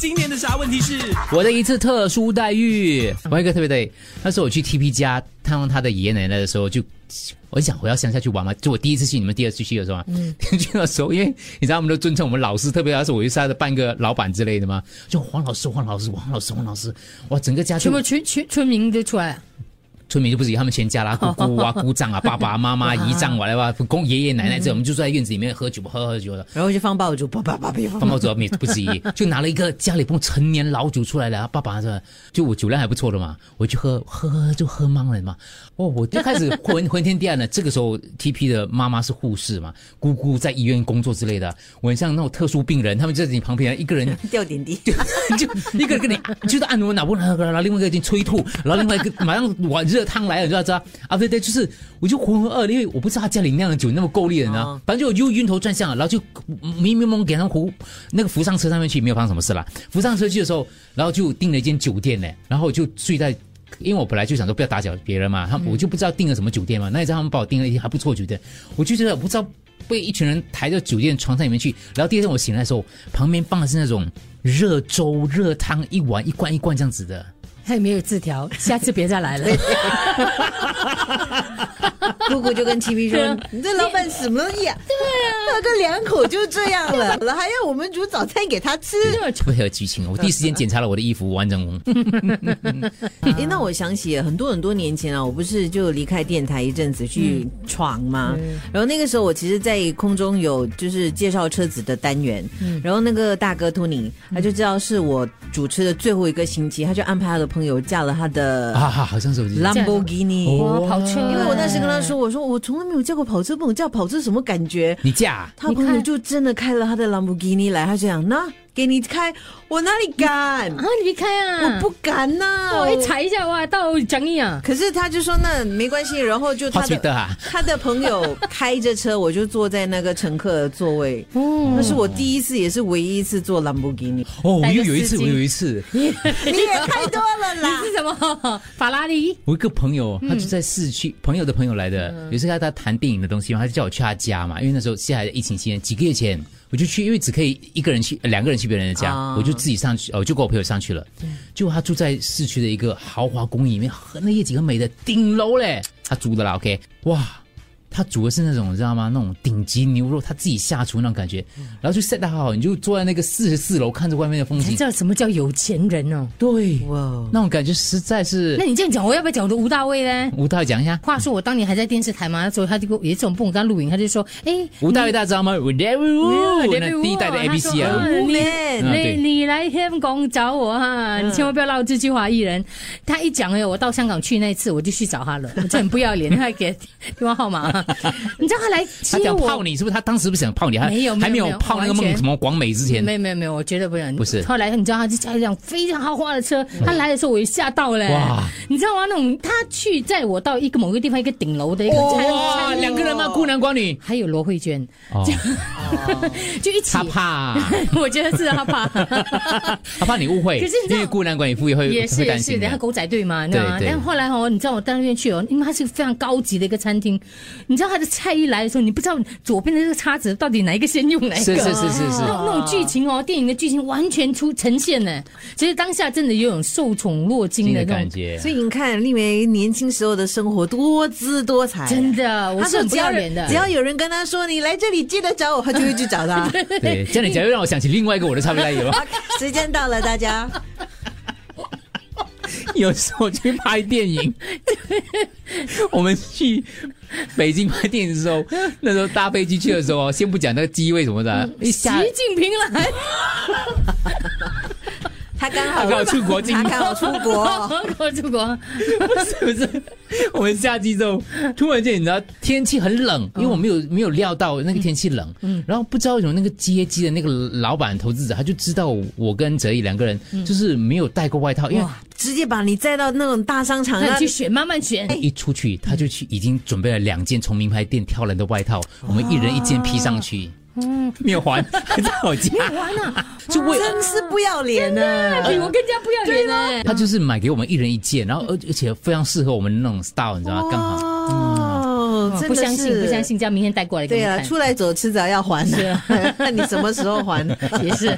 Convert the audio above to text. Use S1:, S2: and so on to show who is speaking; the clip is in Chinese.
S1: 今年的啥问题是？
S2: 我的一次特殊待遇，我有一个特别待遇。那时候我去 TP 家看望他的爷爷奶奶的时候，就我想我要乡下去玩嘛，就我第一次去，你们第二次去的时候嘛， 去的时候，因为你知道我们都尊称我们老师，特别那时候我又是他的半个老板之类的嘛，就黄老师、黄老师、黄老师、黄老师，哇，整个家
S3: 全
S2: 就
S3: 部全全全名都出来了，
S2: 村民就不是他们全家啦，姑姑啊、姑丈啊、爸爸妈妈、姨丈完了吧，公爷爷奶奶这，我们就坐在院子里面喝酒，喝喝酒的，
S4: 然后就放爆竹，叭叭叭叭叭
S2: 放爆竹也不至于，就拿了一个家里不陈年老酒出来了，爸爸是就我酒量还不错的嘛，我去喝喝喝就喝懵了嘛，哦，我就开始 昏昏天地暗了。这个时候 T P 的妈妈是护士嘛，姑姑在医院工作之类的，我很像那种特殊病人，他们就在你旁边一个人
S4: 掉点滴，
S2: 就一个人跟你就是按摩脑部，然后然后另外一个已经催吐，然后另外一个马上碗热汤来了，你知道知道？啊对对，就是我就浑浑噩，因为我不知道他家里酿的酒那么够力的呢
S4: 哦，
S2: 反正我就晕头转向了，然后就迷迷蒙蒙给他们扶那个扶上车上面去，没有发生什么事啦。扶上车去的时候，然后就订了一间酒店呢，然后我就睡在。因为我本来就想说不要打搅别人嘛，他们我就不知道订了什么酒店嘛，那一次他们帮我订了一间还不错的酒店，我就觉得我不知道被一群人抬到酒店床上里面去，然后第二天我醒来的时候，旁边放的是那种热粥、热汤，一碗一罐一罐这样子的。
S3: 还没有 字条，下次别再来了。
S4: 姑姑就跟 TV
S3: 对
S4: 说
S3: 啊：“
S4: 你这老板什么呀？ 对啊，喝个两口就这样了， 了还要我们煮早餐给他吃。
S2: 配合剧情，我第一时间检查了我的衣服完整。
S4: 诶，哎那我想起很多很多年前啊，我不是就离开电台一阵子去闯嘛，然后那个时候我其实，在空中有就是介绍车子的单元，然后那个大哥托尼他就知道是我主持的最后一个星期，他就安排他的朋友驾了他的
S2: 啊，好像是我自己
S4: Lamborghini。
S2: 哦
S3: 哇，跑车，
S4: 因为我那时跟他说，我说我从来没有叫过跑车，不懂叫跑车什么感觉。
S2: 你嫁啊
S4: 他朋
S3: 你
S4: 友
S3: 看
S4: 就真的开了他的兰博基尼来，他就讲那给你开，我哪里敢，
S3: 啊，离开啊，
S4: 我不，敢呐、
S3: 我一踩一下哇，到讲义啊，
S4: 可是他就说那没关系，然后就他
S2: ，hospital
S4: 的
S2: 啊，
S4: 他的朋友开着车，我就坐在那个乘客的座位。
S3: 哦，
S4: 那是我第一次，也是唯一一次坐兰博基 尼。
S2: 哦，我又有一次，
S3: 带个丝巾
S2: 我有一 次，
S4: 你也开多了啦
S3: 你 是什么 法拉利？
S2: 我一个朋友，他就在市
S3: 嗯
S2: 区，朋友的朋友来的，有一次他他谈电影的东西嘛，他就叫我去他家嘛，因为那时候现在还在疫情期间，几个月前我就去，因为只可以一个人去，呃两个人去别人的家，
S4: 啊
S2: 我就自己上去，呃我就跟我朋友上去了，结果他住在市区的一个豪华公寓里面，很那夜景很美的顶楼嘞，他租的啦，OK，哇。他煮的是那种，你知道吗？那种顶级牛肉，他自己下厨那种感觉，
S3: 嗯
S2: 然后就 set 得好，你就坐在那个四十四楼看着外面的风
S3: 你才
S2: 景
S3: 知，道什么叫有钱人哦？
S2: 对，
S4: 哇，
S2: 那种感觉实在是
S3: 那。你这样讲，我要不要讲我的吴大卫呢？
S2: 吴大讲一下，
S3: 话说我当年还在电视台嘛，那时候他就给我有一次我们不懂跟他录影，他就说：“哎，
S2: 吴大伟大家知道吗？Whatever，那
S3: 啊
S2: 第一代的 ABC 啊，
S3: 你
S2: 啊对
S3: 哎
S2: 嗯
S3: 你你来香港找我哈，你千万不要落这句话一人。他一讲哎，我到香港去那一次，我就去找他 了，我就很不要脸，他给电话号码，你知道他来
S2: 他
S3: 接
S2: 想泡
S3: 我。
S2: 你是不是？他当时不是想泡你，还
S3: 没有没有
S2: 还没有
S3: 没有
S2: 泡那个
S3: 完
S2: 梦
S3: 全
S2: 什么广美之前
S3: 没，有没有没有，我绝对不能。
S2: 不是嗯
S3: 后来你知道，他就驾一辆非常豪华的车，他来的时候我也吓到嘞。
S2: 哇
S3: 你知道吗？那种他去载我到一个某个地方一个顶楼的一个餐
S2: 哇，
S3: 餐厅
S2: 两个人嘛，孤男寡女，
S3: 还有罗慧娟，
S2: 哦，
S3: 就一起
S2: 他。怕，
S3: 我觉得是他怕。
S2: 他怕你误会，
S3: 可是你知道
S2: 因为孤男寡女会会
S3: 也是
S2: 会担
S3: 也是，
S2: 心
S3: 然后
S2: 的。
S3: 狗仔队嘛，你知道吗？
S2: 对对
S3: 但后来哦，你知道我到那边去哦，因为它是非常高级的一个餐厅，你知道它的菜一来的时候，你不知道左边的这个叉子到底哪一个先用哪一个。
S2: 是是是是
S3: 那
S2: 是，
S3: 种那种剧情哦，电影的剧情完全出呈现呢。其实当下真的有种受宠若惊
S2: 新
S3: 的
S2: 的
S3: 那
S2: 感
S3: 种，
S2: 觉。
S4: 所以你看，丽梅年轻时候的生活多姿多彩，啊
S3: 真。的，我
S4: 哎他
S3: 是
S4: 说
S3: 很不
S4: 只
S3: 要
S4: 要
S3: 脸
S4: 人
S3: 的
S4: 只。要有人跟他说你来这里记得找我，他就会去找 他。
S2: 对，这样你讲又让我想起另外一个我的差别待遇了。
S4: 时间到了，大家。
S2: 有时候去拍电影，我们去北京拍电影的时候，那时候搭飞机去的时候，先不讲那个机位什么的，一
S3: 习
S2: 下
S3: 近平来，
S4: 他刚
S2: 他
S4: 好
S2: 刚好出国进
S4: 他刚好出国，
S3: 我出国，
S2: 是不是？我们下机之后，突然间你知道天气很冷，因为我没有没有料到那个天气冷，然后不知道为什么那个接机的那个老板投资者他就知道我跟哲毅两个人就是没有带过外套，因为。
S4: 直接把你载到那种大商场，
S3: 那
S4: 那
S3: 你去选，慢慢
S4: 哎
S3: 选。
S2: 一出去，他就去已经准备了两件从名牌店挑来的外套，我们一人一件披上去，嗯，没有还，还在我家，
S3: 完了，
S2: 就为
S4: 真是不要脸呢。
S3: 比哎我更加不要脸啊呢。
S2: 他就是买给我们一人一件，然后而而且非常适合我们那种 style，你知道吗？啊刚好。
S4: 哦，真的
S3: 嗯不相信，
S4: 是
S3: 不相。信，这样明天带过来给
S4: 对
S3: 你
S4: 啊，
S3: 看。啊
S4: 出来走迟早要还的。那你什么时候还？
S3: 也是。